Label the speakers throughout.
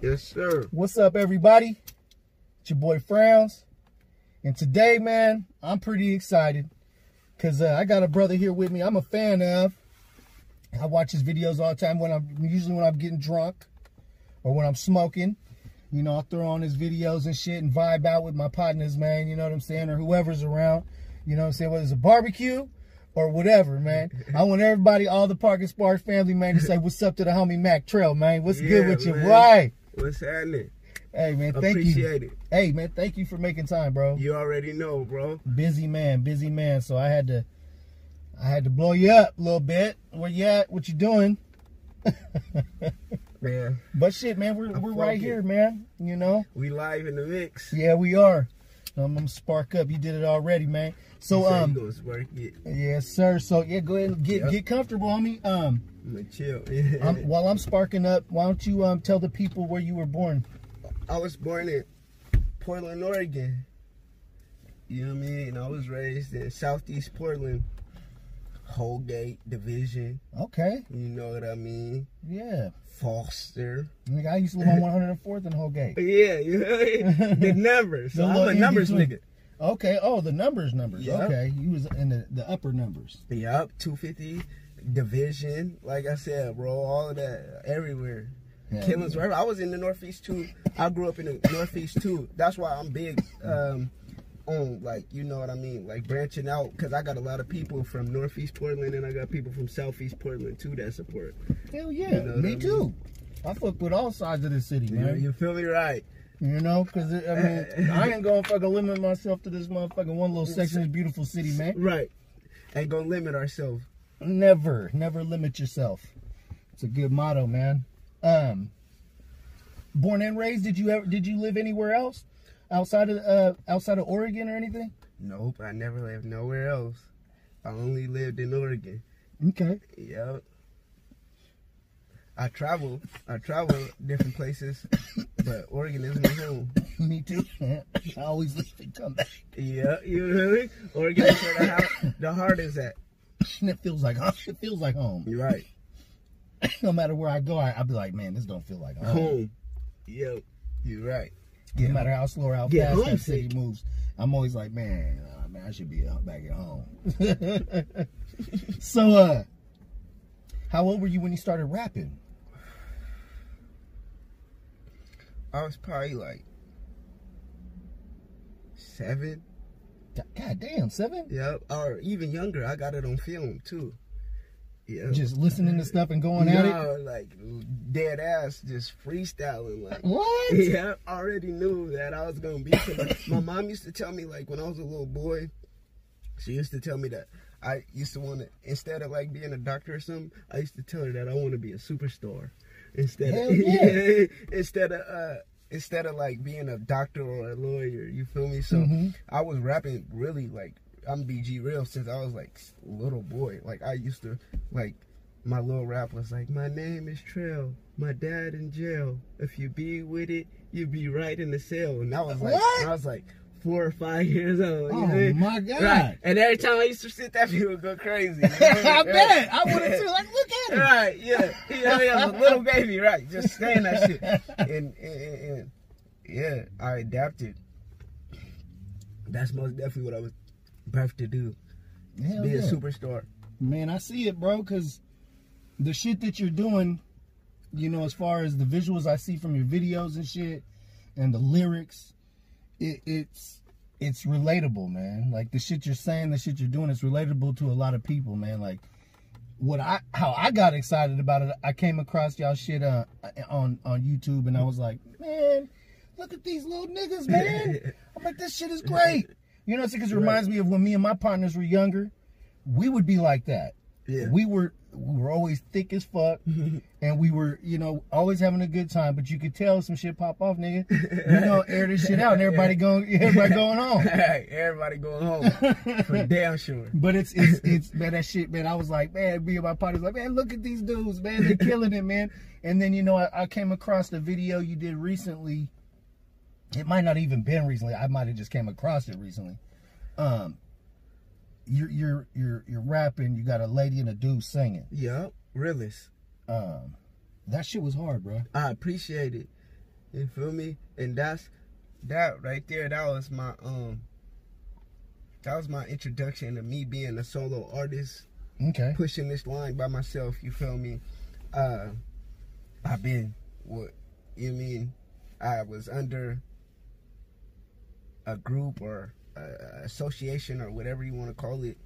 Speaker 1: Yes, sir.
Speaker 2: What's up, everybody? It's your boy Frowns, and today, man, I'm pretty excited because uh, I got a brother here with me. I'm a fan of. I watch his videos all the time when I'm usually when I'm getting drunk or when I'm smoking. You know, I throw on his videos and shit and vibe out with my partners, man. You know what I'm saying, or whoever's around. You know what I'm saying, whether it's a barbecue or whatever, man. I want everybody, all the Parking Sparks family, man, to say what's up to the homie Mac Trail, man. What's good
Speaker 1: Yeah,
Speaker 2: with you,
Speaker 1: man.
Speaker 2: right?
Speaker 1: What's happening?
Speaker 2: Hey man, thank you.
Speaker 1: Appreciate it.
Speaker 2: Hey man, thank you for making time, bro.
Speaker 1: You already know, bro.
Speaker 2: Busy man, busy man. So I had to, I had to blow you up a little bit. Where you at? What you doing?
Speaker 1: Man,
Speaker 2: But shit, man, we're
Speaker 1: I'm
Speaker 2: we're right
Speaker 1: focused.
Speaker 2: here, man. You know.
Speaker 1: we live in the mix.
Speaker 2: Yeah, we are. I'm gonna spark up. You did it already, man. So
Speaker 1: So you
Speaker 2: um,
Speaker 1: gonna spark it.
Speaker 2: yes sir. So yeah, go ahead and get
Speaker 1: Yep.
Speaker 2: get comfortable, homie. Um,
Speaker 1: I'm gonna chill.
Speaker 2: I'm, while I'm sparking up, why don't you um tell the people where you were born?
Speaker 1: I was born in Portland, Oregon. You know what I mean? I was raised in Southeast Portland, Holgate Division.
Speaker 2: Okay.
Speaker 1: You know what I mean?
Speaker 2: Yeah.
Speaker 1: Foster.
Speaker 2: Like I used to live on 104th and Holgate.
Speaker 1: Yeah, you know the numbers.
Speaker 2: The
Speaker 1: So I'm
Speaker 2: little
Speaker 1: a
Speaker 2: in
Speaker 1: numbers
Speaker 2: between.
Speaker 1: nigga.
Speaker 2: Okay. Oh, the numbers, numbers.
Speaker 1: Yeah.
Speaker 2: Okay, you was in the, the upper numbers.
Speaker 1: Yup, 250 division. Like I said, bro, all of that everywhere.
Speaker 2: Yeah.
Speaker 1: Killings, wherever. I was in the Northeast too. I grew up in the Northeast too. That's why I'm big um, on, like, you know what I mean? Like branching out because I got a lot of people from Northeast Portland and I got people from Southeast Portland too that support.
Speaker 2: Hell yeah,
Speaker 1: You know what I
Speaker 2: me
Speaker 1: mean?
Speaker 2: too. I fuck with all sides of the city,
Speaker 1: You,
Speaker 2: man.
Speaker 1: you feel me right?
Speaker 2: You know, cause it, I mean, I ain't gonna fucking limit myself to this motherfucking one little section of this beautiful city, man.
Speaker 1: Right. Ain't gonna limit ourselves.
Speaker 2: Never, never limit yourself. It's a good motto, man. Um, born and raised. Did you ever? Did you live anywhere else outside of uh outside of Oregon or anything?
Speaker 1: Nope, I never lived nowhere else. I only lived in Oregon.
Speaker 2: Okay.
Speaker 1: Yep. I travel. I travel different places, but Oregon is my home.
Speaker 2: Me too. man. I always leave and come back.
Speaker 1: Yeah, you know what I mean? Oregon is where the, hou- the heart is at.
Speaker 2: And it feels like home. It feels like home.
Speaker 1: You're right.
Speaker 2: No matter where I go, I, I'll be like, man, this don't feel like home.
Speaker 1: Home. Yep. You're right.
Speaker 2: No matter how slow or how
Speaker 1: Get
Speaker 2: fast that
Speaker 1: homesick.
Speaker 2: city moves, I'm always like, man, uh, man, I should be uh, back at home. so, uh, how old were you when you started rapping?
Speaker 1: I was probably like seven.
Speaker 2: G- God damn, seven.
Speaker 1: Yep. Or even younger. I got it on film too. Yeah.
Speaker 2: Just listening to stuff and going at it.
Speaker 1: no, like dead ass, just freestyling like.
Speaker 2: What?
Speaker 1: Yeah, I already knew that I was gonna be. somebody. My mom used to tell me like when I was a little boy, she used to tell me that I used to want to instead of like being a doctor or something, I used to tell her that I want to be a superstar instead
Speaker 2: Hell
Speaker 1: of
Speaker 2: yeah.
Speaker 1: instead of uh instead of like being a doctor or a lawyer. You feel me? So
Speaker 2: Mhm.
Speaker 1: I was rapping really like I'm BG real since I was like s- little boy. Like I used to like my little rap was like, My name is Trail, my dad in jail. If you be with it, you be right in the cell. And I was like
Speaker 2: What?
Speaker 1: I was like four or five years old. you
Speaker 2: Oh,
Speaker 1: know?
Speaker 2: my God.
Speaker 1: Right. And every time I used to sit that people would go crazy. you know?
Speaker 2: I
Speaker 1: Right.
Speaker 2: bet I would have too. Like, look at him.
Speaker 1: Right, yeah. Yeah, yeah, I'm a little baby, right. Just saying that shit. And, and, and, and, yeah, I adapted. That's most definitely what I was birthed to do.
Speaker 2: Hell
Speaker 1: be a
Speaker 2: yeah.
Speaker 1: superstar.
Speaker 2: Man, I see it, bro, because the shit that you're doing, you know, as far as the visuals I see from your videos and shit and the lyrics, it, it's it's relatable, man. Like the shit you're saying, the shit you're doing, it's relatable to a lot of people, man. Like what I how I got excited about it, I came across y'all shit uh, on on YouTube and I was like, man, look at these little niggas, man. I'm like, this shit is great. You know, because it reminds me of when me and my partners were younger, we would be like that.
Speaker 1: Yeah.
Speaker 2: We were we were always thick as fuck, and we were you know always having a good time. But you could tell some shit pop off, nigga. We gonna air this shit out, and everybody going everybody going on.
Speaker 1: Everybody going home. For damn sure.
Speaker 2: But it's it's it's man that shit man. I was like man, me and my partners like man, look at these dudes man, they're killing it man. And then you know I, I came across the video you did recently. It might not even been recently. I might have just came across it recently. Um, you're you're you're you're rapping. You got a lady and a dude singing.
Speaker 1: Yup. Realist.
Speaker 2: Um, that shit was hard, bro.
Speaker 1: I appreciate it. You feel me? And that's that right there. That was my um. That was my introduction to me being a solo artist,
Speaker 2: Okay.
Speaker 1: pushing this line by myself. You feel me? Uh, I've been what you mean? I was under a group or a, a association or whatever you want to call it.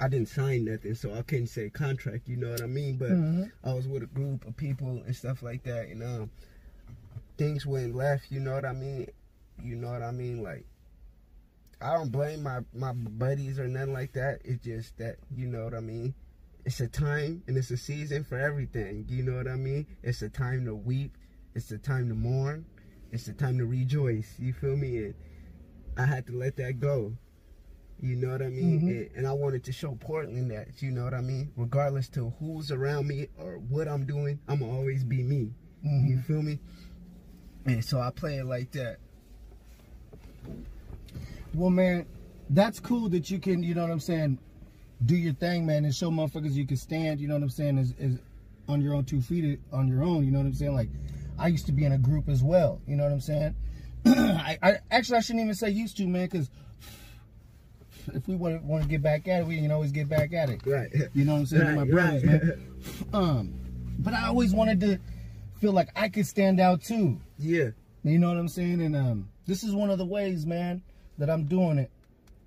Speaker 1: I didn't sign nothing, so I couldn't say contract. You know what I mean? But
Speaker 2: Mhm.
Speaker 1: I was with a group of people and stuff like that, and um, things went left. You know what I mean? You know what I mean? Like, I don't blame my my buddies or nothing like that. It's just that you know what I mean. It's a time and it's a season for everything. You know what I mean? It's a time to weep. It's a time to mourn. It's a time to rejoice. You feel me? And I had to let that go. You know what I mean?
Speaker 2: Mhm.
Speaker 1: And, and I wanted to show Portland that, you know what I mean? Regardless to who's around me or what I'm doing, I'm going to always be me.
Speaker 2: Mhm.
Speaker 1: You feel me? And so I play it like that.
Speaker 2: Well, man, that's cool that you can, you know what I'm saying, do your thing, man, and show motherfuckers you can stand, you know what I'm saying, is, is on your own two feet, on your own, you know what I'm saying? Like, I used to be in a group as well, you know what I'm saying? I, I Actually, I shouldn't even say used to, man, because if we want, want to get back at it, we can always get back at it.
Speaker 1: Right.
Speaker 2: You know what I'm saying? They're my
Speaker 1: Right,
Speaker 2: brothers,
Speaker 1: right.
Speaker 2: man. Um, but I always wanted to feel like I could stand out too.
Speaker 1: Yeah.
Speaker 2: You know what I'm saying? And um, this is one of the ways, man, that I'm doing it.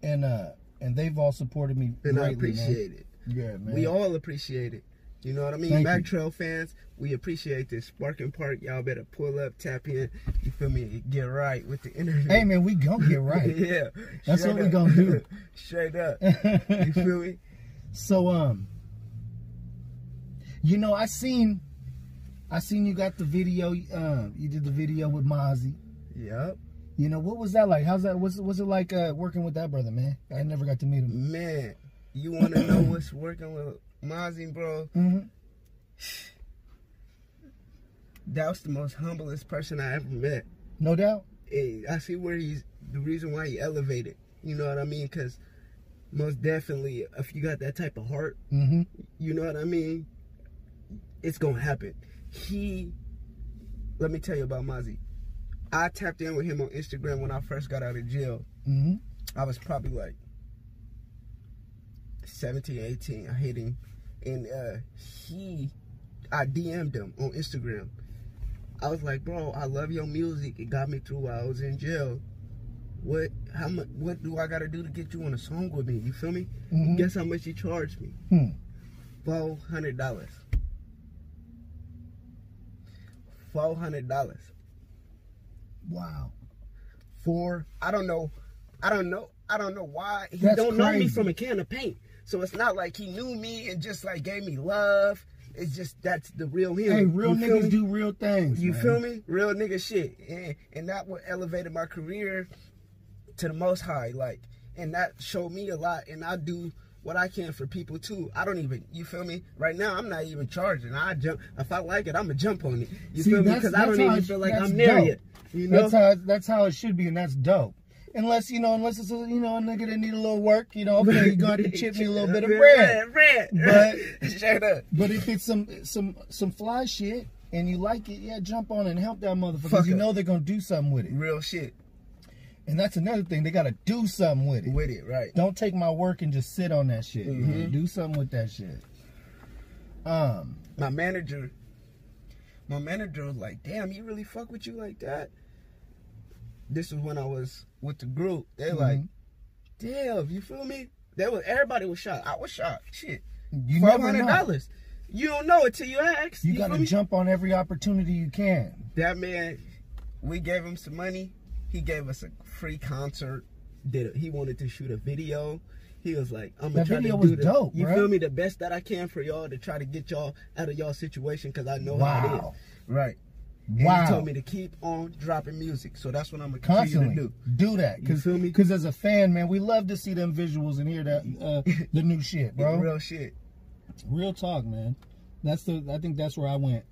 Speaker 2: And uh, and they've all supported me.
Speaker 1: And I
Speaker 2: greatly, man.
Speaker 1: appreciate it.
Speaker 2: Yeah, man.
Speaker 1: We all appreciate it. You know what I mean?
Speaker 2: Thank
Speaker 1: Back
Speaker 2: you.
Speaker 1: Trail fans, we appreciate this. Sparking Park, y'all better pull up, tap in. You feel me? and Get right with the interview.
Speaker 2: Hey, man, we gonna get right.
Speaker 1: yeah.
Speaker 2: That's
Speaker 1: Straight
Speaker 2: what we
Speaker 1: up.
Speaker 2: gonna do.
Speaker 1: Straight up. You feel me?
Speaker 2: so um, you know, I seen, I seen you got the video. Um, you did the video with Mozzie.
Speaker 1: Yep.
Speaker 2: You know what was that like? How's that? What's what's it like uh, working with that brother, man? I never got to meet him.
Speaker 1: Man, you want to know what's working with Mozzie, bro?
Speaker 2: hmm
Speaker 1: That was the most humblest person I ever met.
Speaker 2: No doubt.
Speaker 1: And I see where he's the reason why he elevated. You know what I mean? Because most definitely, if you got that type of heart,
Speaker 2: Mm-hmm.
Speaker 1: you know what I mean? It's gonna happen. He, let me tell you about Mozzie. I tapped in with him on Instagram when I first got out of jail.
Speaker 2: Mm-hmm.
Speaker 1: I was probably like 17, 18. I hit him. And uh, he, I DM'd him on Instagram. I was like, bro, I love your music. It got me through while I was in jail. What how much what do I gotta do to get you on a song with me? You feel me?
Speaker 2: Mhm.
Speaker 1: Guess how much he charged me?
Speaker 2: Hmm.
Speaker 1: Four hundred dollars. Four hundred dollars
Speaker 2: Wow.
Speaker 1: for I don't know, I don't know, I don't know why he
Speaker 2: That's
Speaker 1: don't know me
Speaker 2: crazy.
Speaker 1: from a can of paint. So it's not like he knew me and just like gave me love. It's just that's the real him.
Speaker 2: Hey, real
Speaker 1: You feel
Speaker 2: niggas
Speaker 1: me?
Speaker 2: do real things.
Speaker 1: You
Speaker 2: man.
Speaker 1: feel me? Real nigga shit, and and that what elevated my career to the most high. Like, and that showed me a lot. And I do what I can for people too. I don't even. You feel me? Right now, I'm not even charging. I jump if I like it, I'ma jump on it. You
Speaker 2: See,
Speaker 1: feel me?
Speaker 2: that's-
Speaker 1: Because I
Speaker 2: that's
Speaker 1: don't
Speaker 2: how
Speaker 1: even
Speaker 2: it-
Speaker 1: feel like
Speaker 2: that's
Speaker 1: I'm near
Speaker 2: dope.
Speaker 1: it. You know?
Speaker 2: That's how that's how it should be, and that's dope. Unless you know, unless it's a, you know a nigga that need a little work, you know, okay, you got to chip me a little bit of bread.
Speaker 1: Bread, bread.
Speaker 2: But-
Speaker 1: Straight up.
Speaker 2: But if it's some some some fly shit and you like it, yeah, jump on and help that motherfucker.
Speaker 1: Fuck
Speaker 2: 'cause You
Speaker 1: it.
Speaker 2: know they're gonna do something with it,
Speaker 1: Real shit
Speaker 2: and that's another thing. They gotta do something with it.
Speaker 1: with it, right?
Speaker 2: Don't take my work and just sit on that shit.
Speaker 1: Mm-hmm.
Speaker 2: man. Do something with that shit. Um,
Speaker 1: My manager, my manager was like, "Damn, he really fuck with you like that." This is when I was with the group. They like,
Speaker 2: Mhm.
Speaker 1: "Damn, you feel me?" They was everybody was shocked. I was shocked. Shit,
Speaker 2: you
Speaker 1: five
Speaker 2: never
Speaker 1: hundred
Speaker 2: know.
Speaker 1: dollars. You don't know it till you ask.
Speaker 2: You,
Speaker 1: feel
Speaker 2: gotta
Speaker 1: me?
Speaker 2: jump on every opportunity you can.
Speaker 1: That man, we gave him some money. He gave us a free concert. Did a, he wanted to shoot a video? He was like, "I'm gonna
Speaker 2: That
Speaker 1: try
Speaker 2: video
Speaker 1: to
Speaker 2: was
Speaker 1: do the,
Speaker 2: dope,
Speaker 1: You
Speaker 2: bruh.
Speaker 1: feel me? The best that I can for y'all to try to get y'all out of y'all situation because I know how it
Speaker 2: Wow.
Speaker 1: is." Right. And
Speaker 2: wow.
Speaker 1: he told me to keep on dropping music, so that's what I'm gonna
Speaker 2: constantly
Speaker 1: continue to
Speaker 2: do.
Speaker 1: do.
Speaker 2: that
Speaker 1: You
Speaker 2: because
Speaker 1: feel me?
Speaker 2: as a fan man we love to see them visuals and hear that uh, the new shit bro
Speaker 1: Real
Speaker 2: real,
Speaker 1: shit.
Speaker 2: talk man that's the i think that's where i went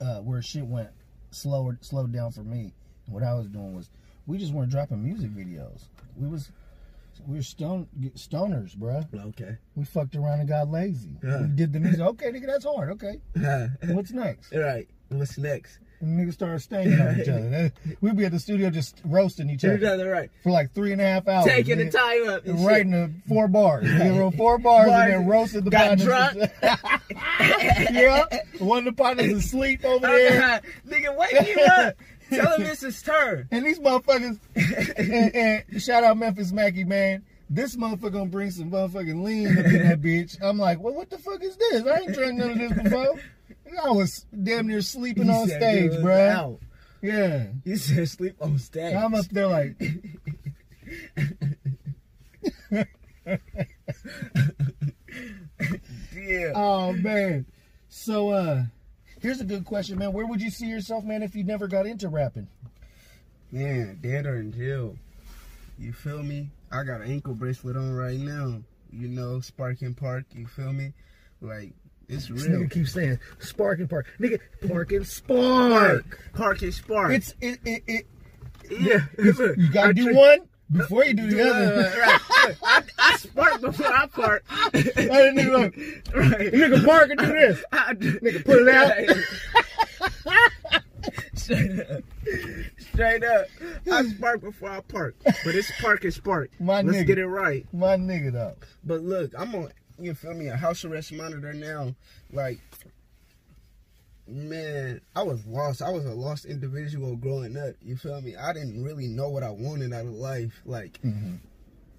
Speaker 2: uh, where shit went slower slowed down for me what i was doing was we just weren't dropping music videos we was we were stone stoners bro
Speaker 1: Okay.
Speaker 2: we fucked around and got lazy
Speaker 1: Yeah.
Speaker 2: we did the music okay nigga that's hard okay
Speaker 1: All
Speaker 2: what's next
Speaker 1: right. What's next?
Speaker 2: and niggas started staying on each other. That- We'd be at the studio just roasting each
Speaker 1: You're
Speaker 2: other
Speaker 1: done right.
Speaker 2: for like three and a half hours.
Speaker 1: Taking the
Speaker 2: nigga.
Speaker 1: time up. And
Speaker 2: Oh, Right in the four bars. We wrote four bars and then roasted the
Speaker 1: Got
Speaker 2: partners. yeah. One of the partners is asleep over there.
Speaker 1: shit. Nigga, wake him up. Tell him it's his turn.
Speaker 2: And these motherfuckers and, and shout out Memphis Mackey, man. This motherfucker gonna bring some motherfucking lean up in that bitch. I'm like, well, what the fuck is this? I ain't drank none of this before. And I was damn near sleeping on
Speaker 1: said,
Speaker 2: stage,
Speaker 1: "Get
Speaker 2: bruh.
Speaker 1: out."
Speaker 2: Yeah.
Speaker 1: He said sleep on stage.
Speaker 2: And I'm up there like,
Speaker 1: yeah.
Speaker 2: oh man. So uh here's a good question, man. Where would you see yourself, man, if you never got into rapping?
Speaker 1: Man, dead or in jail. You feel me? I got an ankle bracelet on right now. You know, Sparkin Park, you feel me? Like, it's
Speaker 3: This
Speaker 1: real.
Speaker 3: nigga keeps saying spark and park. Nigga, park and spark.
Speaker 1: Park is spark.
Speaker 2: It's it it, it
Speaker 1: yeah.
Speaker 2: you gotta do one before you do the other.
Speaker 1: Right. Look, I, I spark before I park.
Speaker 2: Hey, nigga, look,
Speaker 1: right.
Speaker 2: nigga park and do this.
Speaker 1: I do. Nigga,
Speaker 2: put it out.
Speaker 1: Straight up. Straight up. I spark before I park. But it's park is spark.
Speaker 2: My
Speaker 1: Let's
Speaker 2: nigga.
Speaker 1: get it right.
Speaker 2: My nigga though.
Speaker 1: But look, I'm on, you feel me, a house arrest monitor now. Like, man, I was lost. I was a lost individual growing up. You feel me? I didn't really know what I wanted out of life. Like,
Speaker 2: Mm-hmm.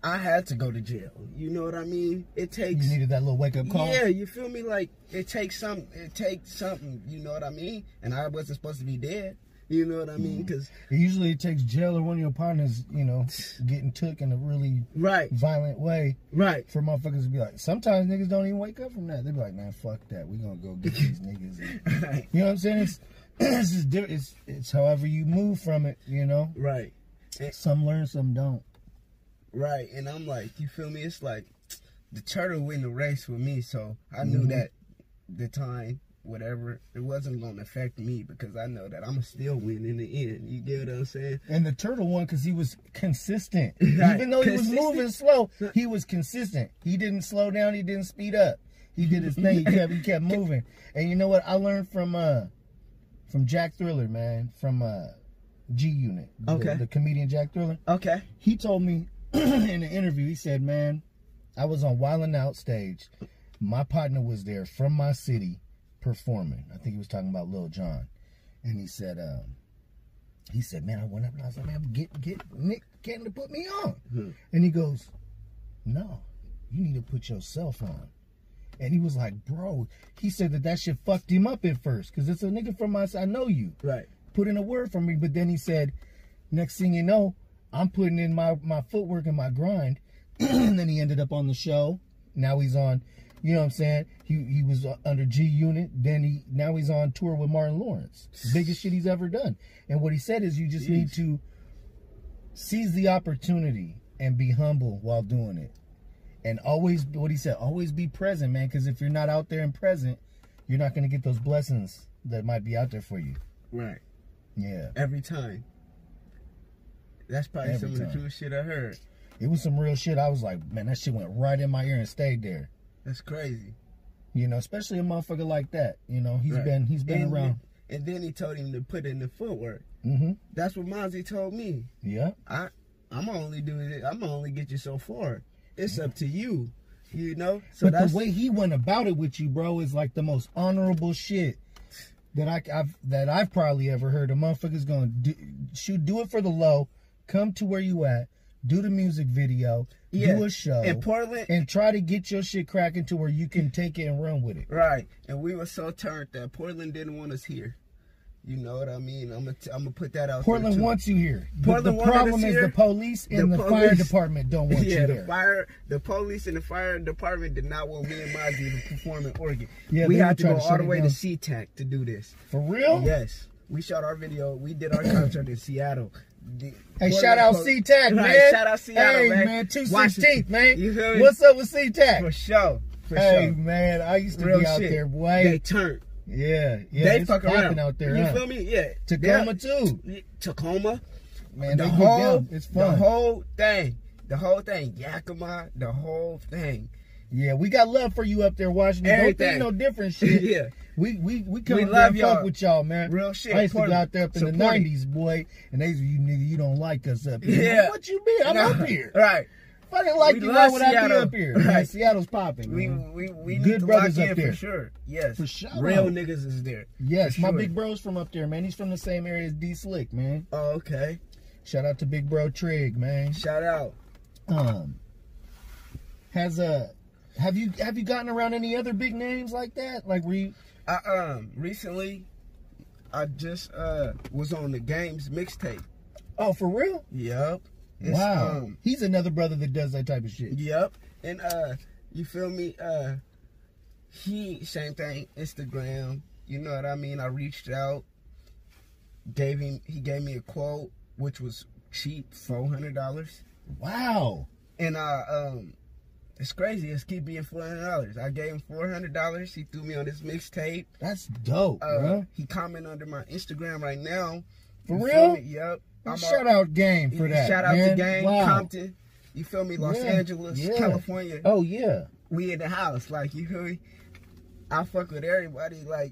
Speaker 1: I had to go to jail. You know what I mean? It takes.
Speaker 2: You needed that little wake up call.
Speaker 1: Yeah, you feel me? Like it takes some, it takes something. You know what I mean? And I wasn't supposed to be dead. You know what I
Speaker 2: Mm-hmm.
Speaker 1: mean? Because
Speaker 2: Usually it takes jail or one of your partners, you know, getting took in a really
Speaker 1: right,
Speaker 2: violent way
Speaker 1: right,
Speaker 2: for motherfuckers to be like, sometimes niggas don't even wake up from that. They be like, man, fuck that. We gonna go get these niggas. And-
Speaker 1: right,
Speaker 2: you know what I'm saying? It's it's just different. It's, it's however you move from it, you know?
Speaker 1: right.
Speaker 2: Some learn, some don't.
Speaker 1: Right, and I'm like, you feel me? It's like the turtle win the race with me, so I
Speaker 2: Mm-hmm.
Speaker 1: knew that the time, whatever, it wasn't gonna affect me because I know that I'ma still win in the end. You get what I'm saying?
Speaker 2: And the turtle won because he was consistent.
Speaker 1: Right.
Speaker 2: Even though he was
Speaker 1: Consistent.
Speaker 2: moving slow, he was consistent. He didn't slow down. He didn't speed up. He did his thing. He kept he kept moving. And you know what? I learned from uh from Jack Thriller, man, from uh G Unit. the-
Speaker 1: Okay.
Speaker 2: the comedian Jack Thriller
Speaker 1: Okay.
Speaker 2: he told me in the interview, he said, Man, I was on Wildin' Out stage. My partner was there from my city performing. I think he was talking about Lil Jon. And he said, um, he said, Man, I went up and I was like, Man, get get Nick Cannon to put me on.
Speaker 1: Hmm.
Speaker 2: And he goes, No, you need to put yourself on. And he was like, Bro, he said that that shit fucked him up at first because it's a nigga from my I know you
Speaker 1: Right.
Speaker 2: put in a word for me. But then he said, next thing you know, I'm putting in my, my footwork and my grind. and then he ended up on the show. Now he's on, you know what I'm saying? He he was uh, under G Unit. Then he now he's on tour with Martin Lawrence. Biggest shit he's ever done. And what he said is you just need to seize the opportunity and be humble while doing it. And always what he said, always be present, man, because if you're not out there and present, you're not gonna get those blessings that might be out there for you.
Speaker 1: Right.
Speaker 2: Yeah.
Speaker 1: Every time. That's probably
Speaker 2: Every
Speaker 1: some of the
Speaker 2: time.
Speaker 1: truest shit I heard.
Speaker 2: It was some real shit. I was like, man, that shit went right in my ear and stayed there.
Speaker 1: That's crazy.
Speaker 2: You know, especially a motherfucker like that. You know, he's
Speaker 1: Right.
Speaker 2: been he's been
Speaker 1: and,
Speaker 2: around.
Speaker 1: And then he told him to put in the footwork.
Speaker 2: Mm-hmm.
Speaker 1: That's what Mozzie told me.
Speaker 2: Yeah.
Speaker 1: I I'm only doing it. I'm only get you so far. It's up to you. You know. So
Speaker 2: but
Speaker 1: that's
Speaker 2: the way he went about it with you, bro, is like the most honorable shit that I, have that I've probably ever heard. A motherfucker's gonna do, shoot, do it for the low, come to where you at, do the music video,
Speaker 1: Yeah.
Speaker 2: do a show,
Speaker 1: in Portland.
Speaker 2: and try to get your shit cracking to where you can take it and run with it.
Speaker 1: right. And we were so turned that Portland didn't want us here. You know what I mean? I'm gonna I'm gonna put that out.
Speaker 2: Portland
Speaker 1: there too.
Speaker 2: wants you here. But
Speaker 1: Portland
Speaker 2: the
Speaker 1: wanted us
Speaker 2: problem is
Speaker 1: here.
Speaker 2: the police and
Speaker 1: The
Speaker 2: the, fire
Speaker 1: police-
Speaker 2: department don't want
Speaker 1: Yeah,
Speaker 2: you
Speaker 1: the
Speaker 2: there.
Speaker 1: fire, the police, and the fire department did not want me and Mozzie to perform in Oregon.
Speaker 2: Yeah,
Speaker 1: we
Speaker 2: they
Speaker 1: had to
Speaker 2: tried
Speaker 1: go
Speaker 2: to
Speaker 1: all
Speaker 2: shut
Speaker 1: the
Speaker 2: it
Speaker 1: way to
Speaker 2: down.
Speaker 1: SeaTac to do this.
Speaker 2: For real?
Speaker 1: Yes, we shot our video. We did our concert in Seattle. The-
Speaker 2: Hey,
Speaker 1: Portland
Speaker 2: shout out
Speaker 1: Pol-
Speaker 2: C-Tac,
Speaker 1: Right,
Speaker 2: man.
Speaker 1: Shout out Seattle,
Speaker 2: hey,
Speaker 1: man.
Speaker 2: man. Two
Speaker 1: Washington.
Speaker 2: sixteenth, man.
Speaker 1: You feel me?
Speaker 2: What's up with
Speaker 1: For
Speaker 2: C-Tac?
Speaker 1: sure. For
Speaker 2: Hey,
Speaker 1: sure.
Speaker 2: man, I used to
Speaker 1: Real
Speaker 2: be out
Speaker 1: shit.
Speaker 2: there, boy.
Speaker 1: They turn.
Speaker 2: yeah, yeah.
Speaker 1: they
Speaker 2: it's
Speaker 1: fuck around
Speaker 2: popping out there,
Speaker 1: You
Speaker 2: huh?
Speaker 1: feel me? Yeah.
Speaker 2: Tacoma too,
Speaker 1: Yeah. Tacoma.
Speaker 2: man.
Speaker 1: the
Speaker 2: they get
Speaker 1: whole,
Speaker 2: down. It's fun.
Speaker 1: the whole thing. The whole thing. Yakima. The whole thing.
Speaker 2: yeah, we got love for you up there, Washington. Don't
Speaker 1: Everything.
Speaker 2: think no different shit.
Speaker 1: yeah.
Speaker 2: We we we come
Speaker 1: We
Speaker 2: in here
Speaker 1: love
Speaker 2: and fuck
Speaker 1: y'all.
Speaker 2: with y'all, man.
Speaker 1: Real shit.
Speaker 2: I used to
Speaker 1: Support
Speaker 2: go
Speaker 1: it.
Speaker 2: out there up in the
Speaker 1: Support it.
Speaker 2: nineties, boy, and they was, you nigga, you don't like us up here.
Speaker 1: Yeah.
Speaker 2: Like, what you mean? I'm
Speaker 1: Nah.
Speaker 2: up here.
Speaker 1: Right.
Speaker 2: If I didn't like
Speaker 1: We
Speaker 2: you, why
Speaker 1: love
Speaker 2: would I be
Speaker 1: Seattle.
Speaker 2: up here?
Speaker 1: Right.
Speaker 2: Man, Seattle's popping.
Speaker 1: We
Speaker 2: man.
Speaker 1: we we
Speaker 2: Good
Speaker 1: need to lock
Speaker 2: brothers up
Speaker 1: in
Speaker 2: there.
Speaker 1: for sure. Yes.
Speaker 2: For sure.
Speaker 1: Real niggas is there.
Speaker 2: Yes,
Speaker 1: for
Speaker 2: my
Speaker 1: sure.
Speaker 2: big bro's from up there, man. He's from the same area as D Slick, man.
Speaker 1: Oh, okay.
Speaker 2: Shout out to Big Bro Trig, man.
Speaker 1: Shout out.
Speaker 2: Um, has a have you have you gotten around any other big names like that? Like were you
Speaker 1: I um recently I just uh was on the games mixtape.
Speaker 2: Oh, for real?
Speaker 1: Yep. It's,
Speaker 2: wow.
Speaker 1: um,
Speaker 2: He's another brother that does that type of shit.
Speaker 1: Yep. And uh you feel me? Uh he same thing, Instagram. You know what I mean? I reached out, gave him he gave me a quote, which was cheap, four hundred dollars.
Speaker 2: Wow.
Speaker 1: And I um it's crazy, it's keep being four hundred dollars. I gave him four hundred dollars, he threw me on this mixtape.
Speaker 2: That's dope,
Speaker 1: Uh
Speaker 2: bruh.
Speaker 1: he commented under my Instagram right now.
Speaker 2: For
Speaker 1: You feel
Speaker 2: real?
Speaker 1: me? Yep. I'm all-
Speaker 2: Shout out game for that.
Speaker 1: Shout out
Speaker 2: man.
Speaker 1: to Gang,
Speaker 2: Wow.
Speaker 1: Compton. You feel me? Los
Speaker 2: Yeah,
Speaker 1: Angeles,
Speaker 2: yeah.
Speaker 1: California.
Speaker 2: Oh yeah.
Speaker 1: We in the house, like you feel me? I fuck with everybody, like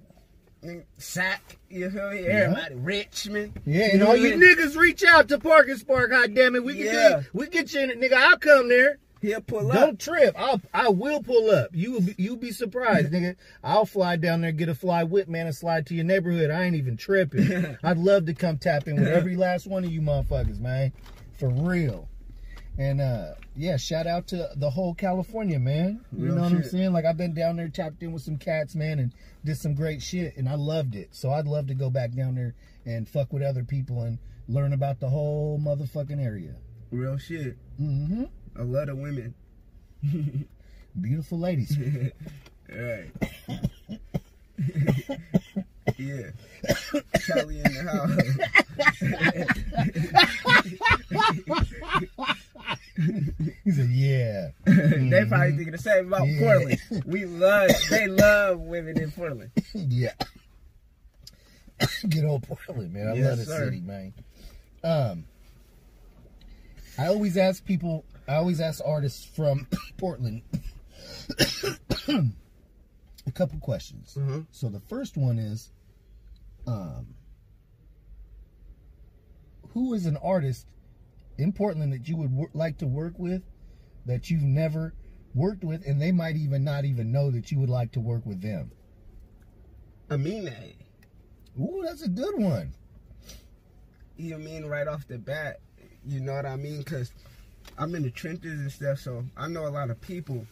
Speaker 1: mm, Sack. You feel me? Everybody, Richmond.
Speaker 2: Yeah,
Speaker 1: you
Speaker 2: and all
Speaker 1: feel
Speaker 2: you
Speaker 1: me?
Speaker 3: Niggas reach out to Park and Spark, god damn it. We can
Speaker 1: Yeah.
Speaker 3: get we get you in it, nigga. I'll come there.
Speaker 1: he'll pull up.
Speaker 2: Don't trip. I'll I will pull up. You will be, you'll be surprised, nigga. I'll fly down there, get a fly whip, man, and slide to your neighborhood. I ain't even tripping. I'd love to come tap in with every last one of you motherfuckers, man. For real. And uh yeah, shout out to the whole California, man. You
Speaker 1: Real
Speaker 2: know what I'm
Speaker 1: shit.
Speaker 2: saying? Like I've been down there, tapped in with some cats, man, and did some great shit and I loved it. So I'd love to go back down there and fuck with other people and learn about the whole motherfucking area.
Speaker 1: Real shit.
Speaker 2: hmm
Speaker 1: I love the women.
Speaker 2: Beautiful ladies.
Speaker 1: Right. yeah. Charlie in the house.
Speaker 2: He said, "Yeah,
Speaker 1: they probably thinking the same about
Speaker 2: Mm-hmm. Yeah.
Speaker 1: Portland. We love, they love women in Portland.
Speaker 2: yeah." Good old Portland, man. I
Speaker 1: Yes,
Speaker 2: love this
Speaker 1: sir.
Speaker 2: city, man. Um, I always ask people. I always ask artists from Portland a couple questions.
Speaker 1: Mhm.
Speaker 2: So the first one is, um, who is an artist in Portland that you would wor- like to work with that you've never worked with, and they might even not even know that you would like to work with them.
Speaker 1: I mean that.
Speaker 2: Ooh, that's a good one.
Speaker 1: you mean right off the bat you know what i mean because i'm in the trenches and stuff so i know a lot of people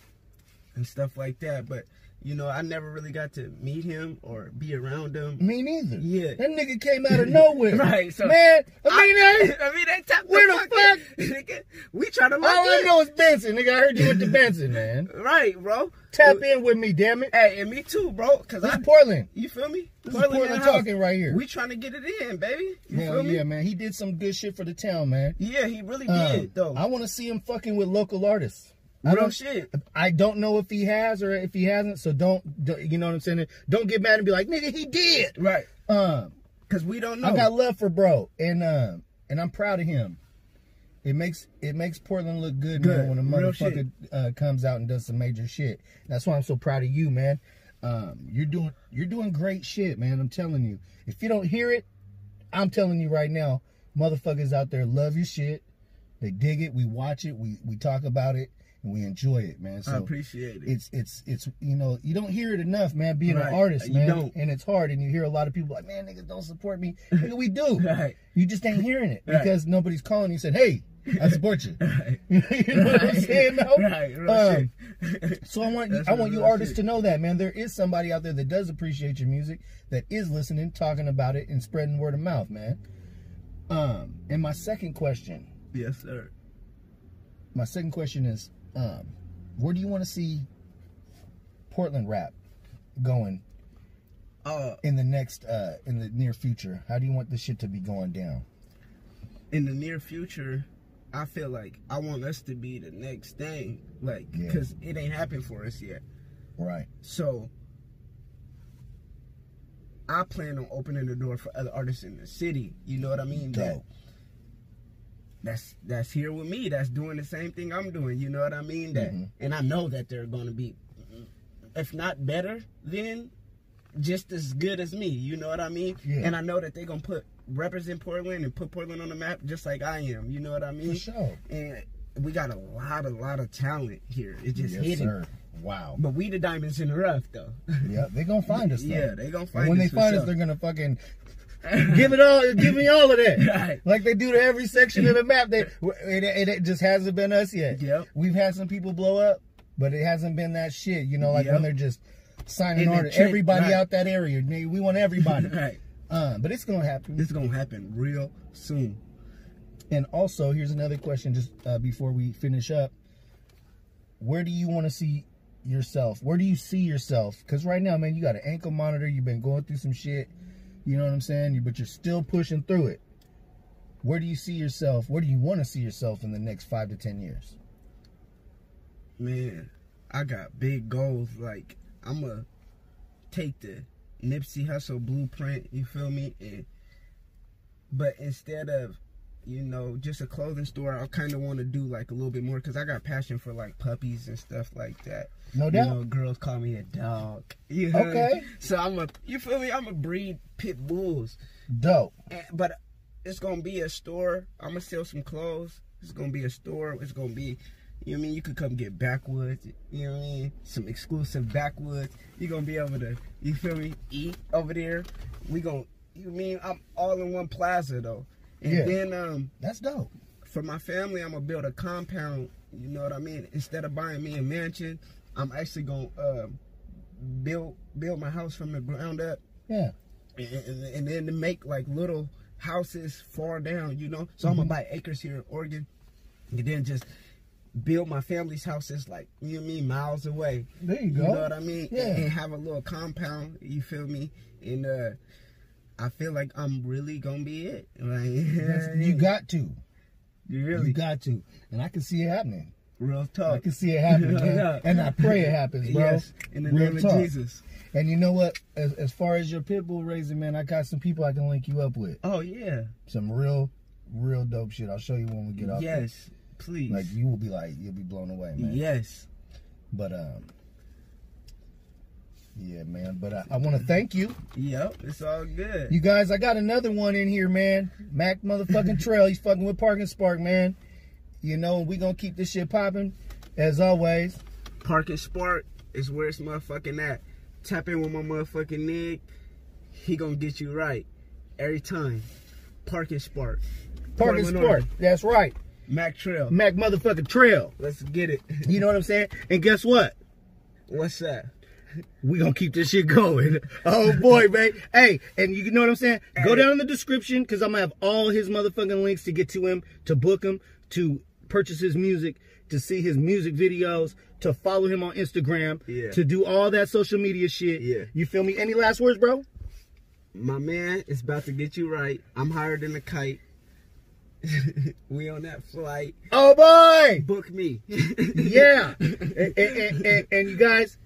Speaker 1: and stuff like that but you know i never really got to meet him or be around him
Speaker 2: Me neither.
Speaker 1: Yeah.
Speaker 2: That nigga came out of nowhere.
Speaker 1: Right, so-
Speaker 2: man, I mean,
Speaker 1: I
Speaker 2: that-
Speaker 1: mean, I mean, they talk
Speaker 2: Where the fuck?
Speaker 1: Nigga, we try to
Speaker 2: all I
Speaker 1: lock
Speaker 2: know is Benson, nigga. I heard you with the Benson, man.
Speaker 1: in. Right, bro.
Speaker 2: Tap in with me, damn it.
Speaker 1: Hey, and me too, bro. Cause
Speaker 2: This
Speaker 1: I,
Speaker 2: is Portland.
Speaker 1: you feel me?
Speaker 2: This is
Speaker 1: in
Speaker 2: Portland
Speaker 1: the house.
Speaker 2: talking right here.
Speaker 1: We trying to get it in, baby. You
Speaker 2: Hell
Speaker 1: feel me?
Speaker 2: yeah, man. He did some good shit for the town, man.
Speaker 1: Yeah, he really
Speaker 2: Um,
Speaker 1: did though.
Speaker 2: I want to see him fucking with local artists. I
Speaker 1: Real
Speaker 2: don't,
Speaker 1: shit.
Speaker 2: I don't know if he has or if he hasn't. So don't, don't- you know what I'm saying? Don't get mad and be like, nigga, he did.
Speaker 1: Right.
Speaker 2: Um,
Speaker 1: Cause we don't know.
Speaker 2: I got love for bro, and um, and I'm proud of him. It makes it makes Portland look good,
Speaker 1: Good.
Speaker 2: man, when a
Speaker 1: Real shit.
Speaker 2: motherfucker uh, comes out and does some major shit. That's why I'm so proud of you, man. Um, you're doing you're doing great shit, man. I'm telling you. If you don't hear it, I'm telling you right now, motherfuckers out there love your shit. They dig it. We watch it. We we talk about it and we enjoy it, man. So
Speaker 1: I appreciate it.
Speaker 2: it's it's it's you know you don't hear it enough, man. Being
Speaker 1: Right.
Speaker 2: an artist,
Speaker 1: You
Speaker 2: man,
Speaker 1: don't.
Speaker 2: and it's hard. And you hear a lot of people like, man, niggas don't support me. Nigga, we do.
Speaker 1: Right.
Speaker 2: You just ain't hearing it
Speaker 1: Right.
Speaker 2: because nobody's calling you. Said, hey, I support you.
Speaker 1: Right.
Speaker 2: you know what I'm saying, though?
Speaker 1: Right, real
Speaker 2: Um,
Speaker 1: shit.
Speaker 2: So I want
Speaker 1: That's
Speaker 2: I want
Speaker 1: real
Speaker 2: you artists
Speaker 1: shit.
Speaker 2: to know that, man. There is somebody out there that does appreciate your music, that is listening, talking about it, and spreading word of mouth, man. Um, and my second question,
Speaker 1: yes, sir.
Speaker 2: my second question is, um, where do you want to see Portland rap going
Speaker 1: Uh,
Speaker 2: in the next uh in the near future how do you want this shit to be going down
Speaker 1: in the near future, I feel like I want us to be the next thing, like,
Speaker 2: Yeah.
Speaker 1: because it ain't happened for us yet.
Speaker 2: right
Speaker 1: So, I plan on opening the door for other artists in the city. You know what I mean? That,
Speaker 2: dope
Speaker 1: that's that's here with me. That's doing the same thing I'm doing. You know what I
Speaker 2: Mm-hmm.
Speaker 1: mean? That, and I know that they're going to be, if not better, then just as good as me. You know what I mean?
Speaker 2: Yeah.
Speaker 1: And I know that they're gonna put represent Portland and put Portland on the map just like I am. You know what I mean?
Speaker 2: For sure.
Speaker 1: And we got a lot, a lot of talent here. It's just
Speaker 2: Yes,
Speaker 1: hidden.
Speaker 2: sir. Wow.
Speaker 1: But we the diamonds in the rough though.
Speaker 2: Yeah, they gonna find us. Though.
Speaker 1: Yeah, they gonna
Speaker 2: And
Speaker 1: find
Speaker 2: when
Speaker 1: us
Speaker 2: they
Speaker 1: for
Speaker 2: find
Speaker 1: sure.
Speaker 2: us, they're gonna fucking give it all. Give me all of that.
Speaker 1: Right.
Speaker 2: Like they do to every section of the map. They it, it, it just hasn't been us yet.
Speaker 1: Yep.
Speaker 2: We've had some people blow up, but it hasn't been that shit. You know, like
Speaker 1: Yep.
Speaker 2: when they're just signing
Speaker 1: In the
Speaker 2: orders.
Speaker 1: trench,
Speaker 2: Everybody
Speaker 1: right.
Speaker 2: out that area. nigga, We want everybody.
Speaker 1: right.
Speaker 2: uh, but it's gonna happen.
Speaker 1: This is gonna happen real soon.
Speaker 2: And also, here's another question just uh, before we finish up. Where do you want to see yourself? Where do you see yourself? Because right now, man, you got an ankle monitor. You've been going through some shit. You know what I'm saying? You- But you're still pushing through it. Where do you see yourself? Where do you want to see yourself in the next five to 10 years?
Speaker 1: Man, I got big goals. Like I'ma take the Nipsey Hussle blueprint. You feel me? And but instead of you know just a clothing store, I kind of want to do like a little bit more because I got passion for like puppies and stuff like that.
Speaker 2: No
Speaker 1: you
Speaker 2: doubt.
Speaker 1: know, girls call me a dog. You heard?
Speaker 2: Okay.
Speaker 1: So I'm a. You feel me? I'm a breed pit bulls.
Speaker 2: Dope.
Speaker 1: And, but it's gonna be a store. I'm gonna sell some clothes. It's gonna be a store. It's gonna be, you know what I mean? You could come get backwoods. You know what I mean? Some exclusive backwoods. You're gonna be able to, you feel me? Eat over there. We gonna, you know what I mean? I'm all in one plaza though. And
Speaker 2: Yeah.
Speaker 1: then um,
Speaker 2: That's dope.
Speaker 1: for my family, I'm gonna build a compound. You know what I mean? Instead of buying me a mansion, I'm actually gonna um build build my house from the ground up
Speaker 2: Yeah.
Speaker 1: and, and, and then to make like little houses far down, you know. So I'm
Speaker 2: Mm-hmm.
Speaker 1: gonna buy acres here in Oregon, and then just build my family's houses like you and me miles away.
Speaker 2: There you go.
Speaker 1: know what I mean?
Speaker 2: Yeah.
Speaker 1: And, and have a little compound. You feel me? And uh, I feel like I'm really gonna be it. Like
Speaker 2: You got to.
Speaker 1: you
Speaker 2: You
Speaker 1: really
Speaker 2: got to. And I can see it happening.
Speaker 1: real
Speaker 2: I
Speaker 1: talk.
Speaker 2: can see it happening.
Speaker 1: No
Speaker 2: man.
Speaker 1: doubt.
Speaker 2: And I pray it happens, bro.
Speaker 1: Yes, in the
Speaker 2: Real
Speaker 1: name
Speaker 2: talk.
Speaker 1: of Jesus.
Speaker 2: And you know what? As, as far as your pit bull raising, man, I got some people I can link you up with.
Speaker 1: Oh yeah.
Speaker 2: Some real, real dope shit. I'll show you when we get off.
Speaker 1: yes, please.
Speaker 2: This. Like you will be like, you'll be blown away, man.
Speaker 1: yes.
Speaker 2: But um, yeah, man. But uh, I, I want to thank you,
Speaker 1: Yep. It's all good.
Speaker 2: you guys. I got another one in here, man. Mac motherfucking Trail. He's fucking with Parking Spark, man. You know, we gonna keep this shit popping. As always,
Speaker 1: Park and Spark is where it's motherfucking at. Tap in with my motherfucking nig. He gonna get you right every time. Park and Spark.
Speaker 2: Park and
Speaker 1: Portland,
Speaker 2: Spark.
Speaker 1: Oregon.
Speaker 2: That's right,
Speaker 1: Mac Trail.
Speaker 2: Mac motherfucking Trail.
Speaker 1: Let's get it.
Speaker 2: You know what I'm saying? And guess what?
Speaker 1: What's that?
Speaker 2: we gonna keep this shit going. Oh boy, man. Hey, and you know what I'm saying? Go down in the description because I'm gonna have all his motherfucking links to get to him, to book him, to purchase his music, to see his music videos, to follow him on Instagram,
Speaker 1: Yeah.
Speaker 2: to do all that social media shit.
Speaker 1: Yeah.
Speaker 2: You feel me? Any last words, bro?
Speaker 1: My man is about to get you right. I'm higher than a kite. we on that flight.
Speaker 2: Oh boy!
Speaker 1: Book me.
Speaker 2: Yeah. and, and- and- and- and you guys,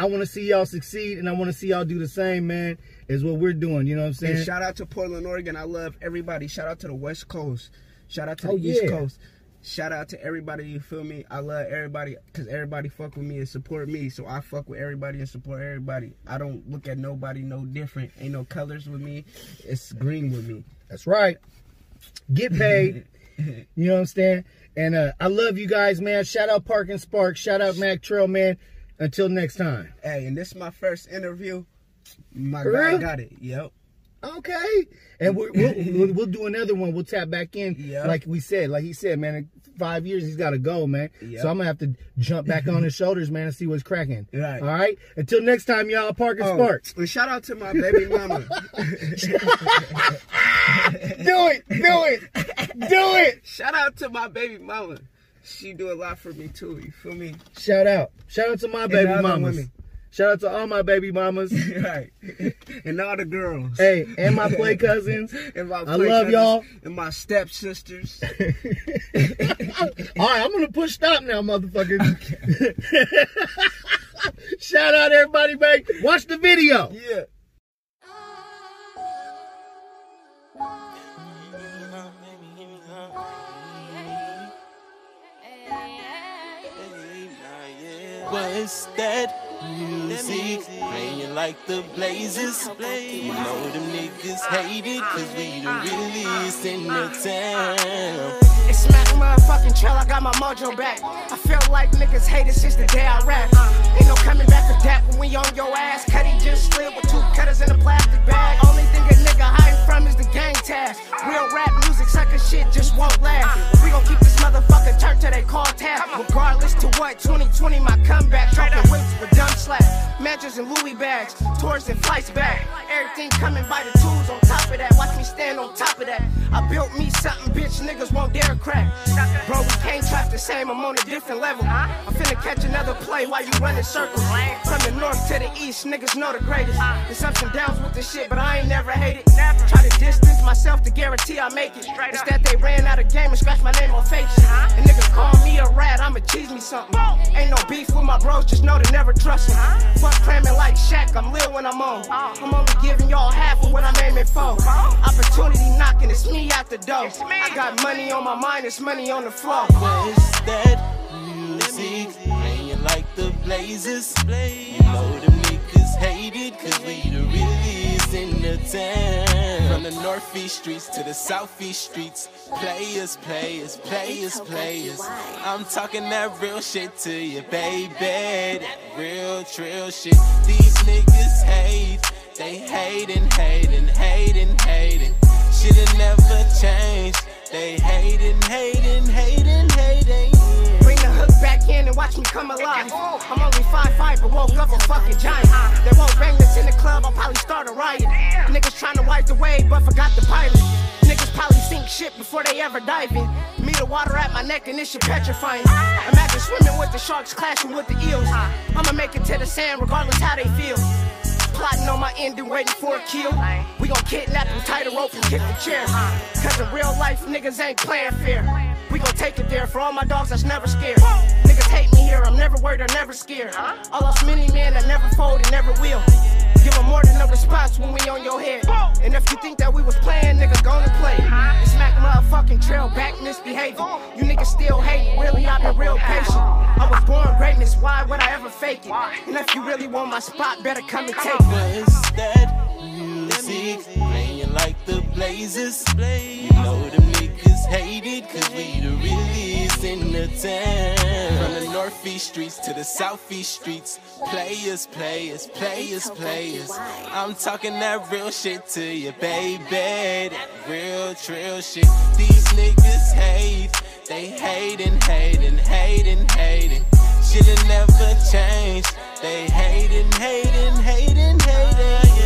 Speaker 2: I wanna see y'all succeed and I wanna see y'all do the same, man, is what we're doing. You know what I'm saying?
Speaker 1: And shout out to Portland, Oregon. I love everybody. Shout out to the West Coast. Shout out to the
Speaker 2: Oh,
Speaker 1: East
Speaker 2: yeah.
Speaker 1: Coast. Shout out to everybody. You feel me? I love everybody because everybody fuck with me and support me. So I fuck with everybody and support everybody. I don't look at nobody no different. Ain't no colors with me. It's green with me.
Speaker 2: That's right. Get paid. you know what I'm saying? And uh, I love you guys, man. Shout out Park and Spark. Shout out Mac Trail, man. Until next time.
Speaker 1: Hey, and this is my first interview. My
Speaker 2: For
Speaker 1: guy
Speaker 2: real?
Speaker 1: got it. Yep.
Speaker 2: Okay. And we're, we'll, we'll we'll do another one. We'll tap back in.
Speaker 1: Yeah.
Speaker 2: Like we said, like he said, man. in Five years, he's got to go, man.
Speaker 1: Yeah.
Speaker 2: So I'm gonna have to jump back on his shoulders, man, and see what's cracking.
Speaker 1: Right.
Speaker 2: All right. Until next time, y'all. Park and
Speaker 1: Oh,
Speaker 2: Spark.
Speaker 1: and shout out to my baby mama.
Speaker 2: Do it. Do it. do it.
Speaker 1: shout out to my baby mama. She do a lot for me too. You feel me?
Speaker 2: Shout out. Shout out to my baby
Speaker 1: other
Speaker 2: mamas.
Speaker 1: women.
Speaker 2: Shout out to all my baby mamas.
Speaker 1: right. And all the girls.
Speaker 2: Hey, and my play cousins.
Speaker 1: and my
Speaker 2: I love
Speaker 1: playcousins
Speaker 2: y'all.
Speaker 1: and my stepsisters.
Speaker 2: All right, I'm gonna push stop now, motherfucker. Shout out everybody, man. Watch the video.
Speaker 1: yeah.
Speaker 4: What's that music playing like the blazes. You know them niggas hate it, cause we the realest in the town.
Speaker 5: It's smack motherfucking trail, I got my mojo back. I feel like niggas hate it since the day I rap. Ain't no coming back for that when we on your ass. Cuddy just slid with two cutters in a plastic bag. Only thing a nigga hiding from is the gang task. Real rap music, sucker shit just won't last. We gon' keep this motherfucker turned till they call tap. Regardless to what, 2020 my comeback. Chopping whips with dumb slap. Matches and Louis bags. Tours and flights back. Everything coming by the tools on top of that. Watch me stand on top of that. I built me something, bitch. Niggas won't dare crack. Bro, we can't trap the same. I'm on a different level. I'm finna catch another play while you running circles. From the north to the east, niggas know the greatest. There's ups and downs with this shit, but I ain't never hate it. Try to distance myself to guarantee I make it. It's that they ran out of game and scratched my name on fake shit. And niggas call me a rat, I'ma cheese me something. Ain't no beef with my bros, just know to never trust them. Fuck cramming like Shaq, I'm live when I'm on. I'm only giving y'all half of what I'm aiming for. Opportunity knocking, it's me out the door. I got money on my mind, it's money on the floor.
Speaker 4: Where's that music playing like the blazes? You know them niggas hate it, cause we the realest in the town. From the northeast streets to the southeast streets, players, players, players, players. I'm talking that real shit to you, baby. That real trill shit. These niggas hate, they hating, hating, hating, hating. Shit'll never change. They hating, hating, hating, hating. yeah.
Speaker 5: Bring the hook back in and watch me come alive. I'm only five five, but woke up a fucking giant. They won't bang this in the club, I'll probably start a riot. Niggas trying to wipe the wave, but forgot the pilot. Niggas probably sink shit before they ever dive in. Me the water at my neck and this shit petrifying. Imagine swimming with the sharks, clashing with the eels. I'ma make it to the sand regardless how they feel. Plotting on my ending, waiting for a kill. We gon' kidnap him, tie the rope, and kick the chair. Cause in real life, niggas ain't Uh. playing fair. We gon' take it there for all my dogs that's never scared. Niggas hate me here, I'm never worried, I'm never scared. I lost many men, I never fold and never will. Give 'em more than a response when we on your head. And if you think that we was playing, nigga, gonna play. It's smack motherfucking trail back misbehaving. You niggas still hate, really, I've been real patient. I was born greatness, why would I ever fake it? And if you really want my spot, better come and take it.
Speaker 4: What's that music playing like the blazes? You know them niggas hate it, cause we the realest in the town. From the northeast streets to the southeast streets, players, players, players, players. I'm talking that real shit to you, baby. That real trill shit. These niggas hate, they hating, hating, hating, hating. Shit'll never change. They hating, hating, hating, hating. Yeah.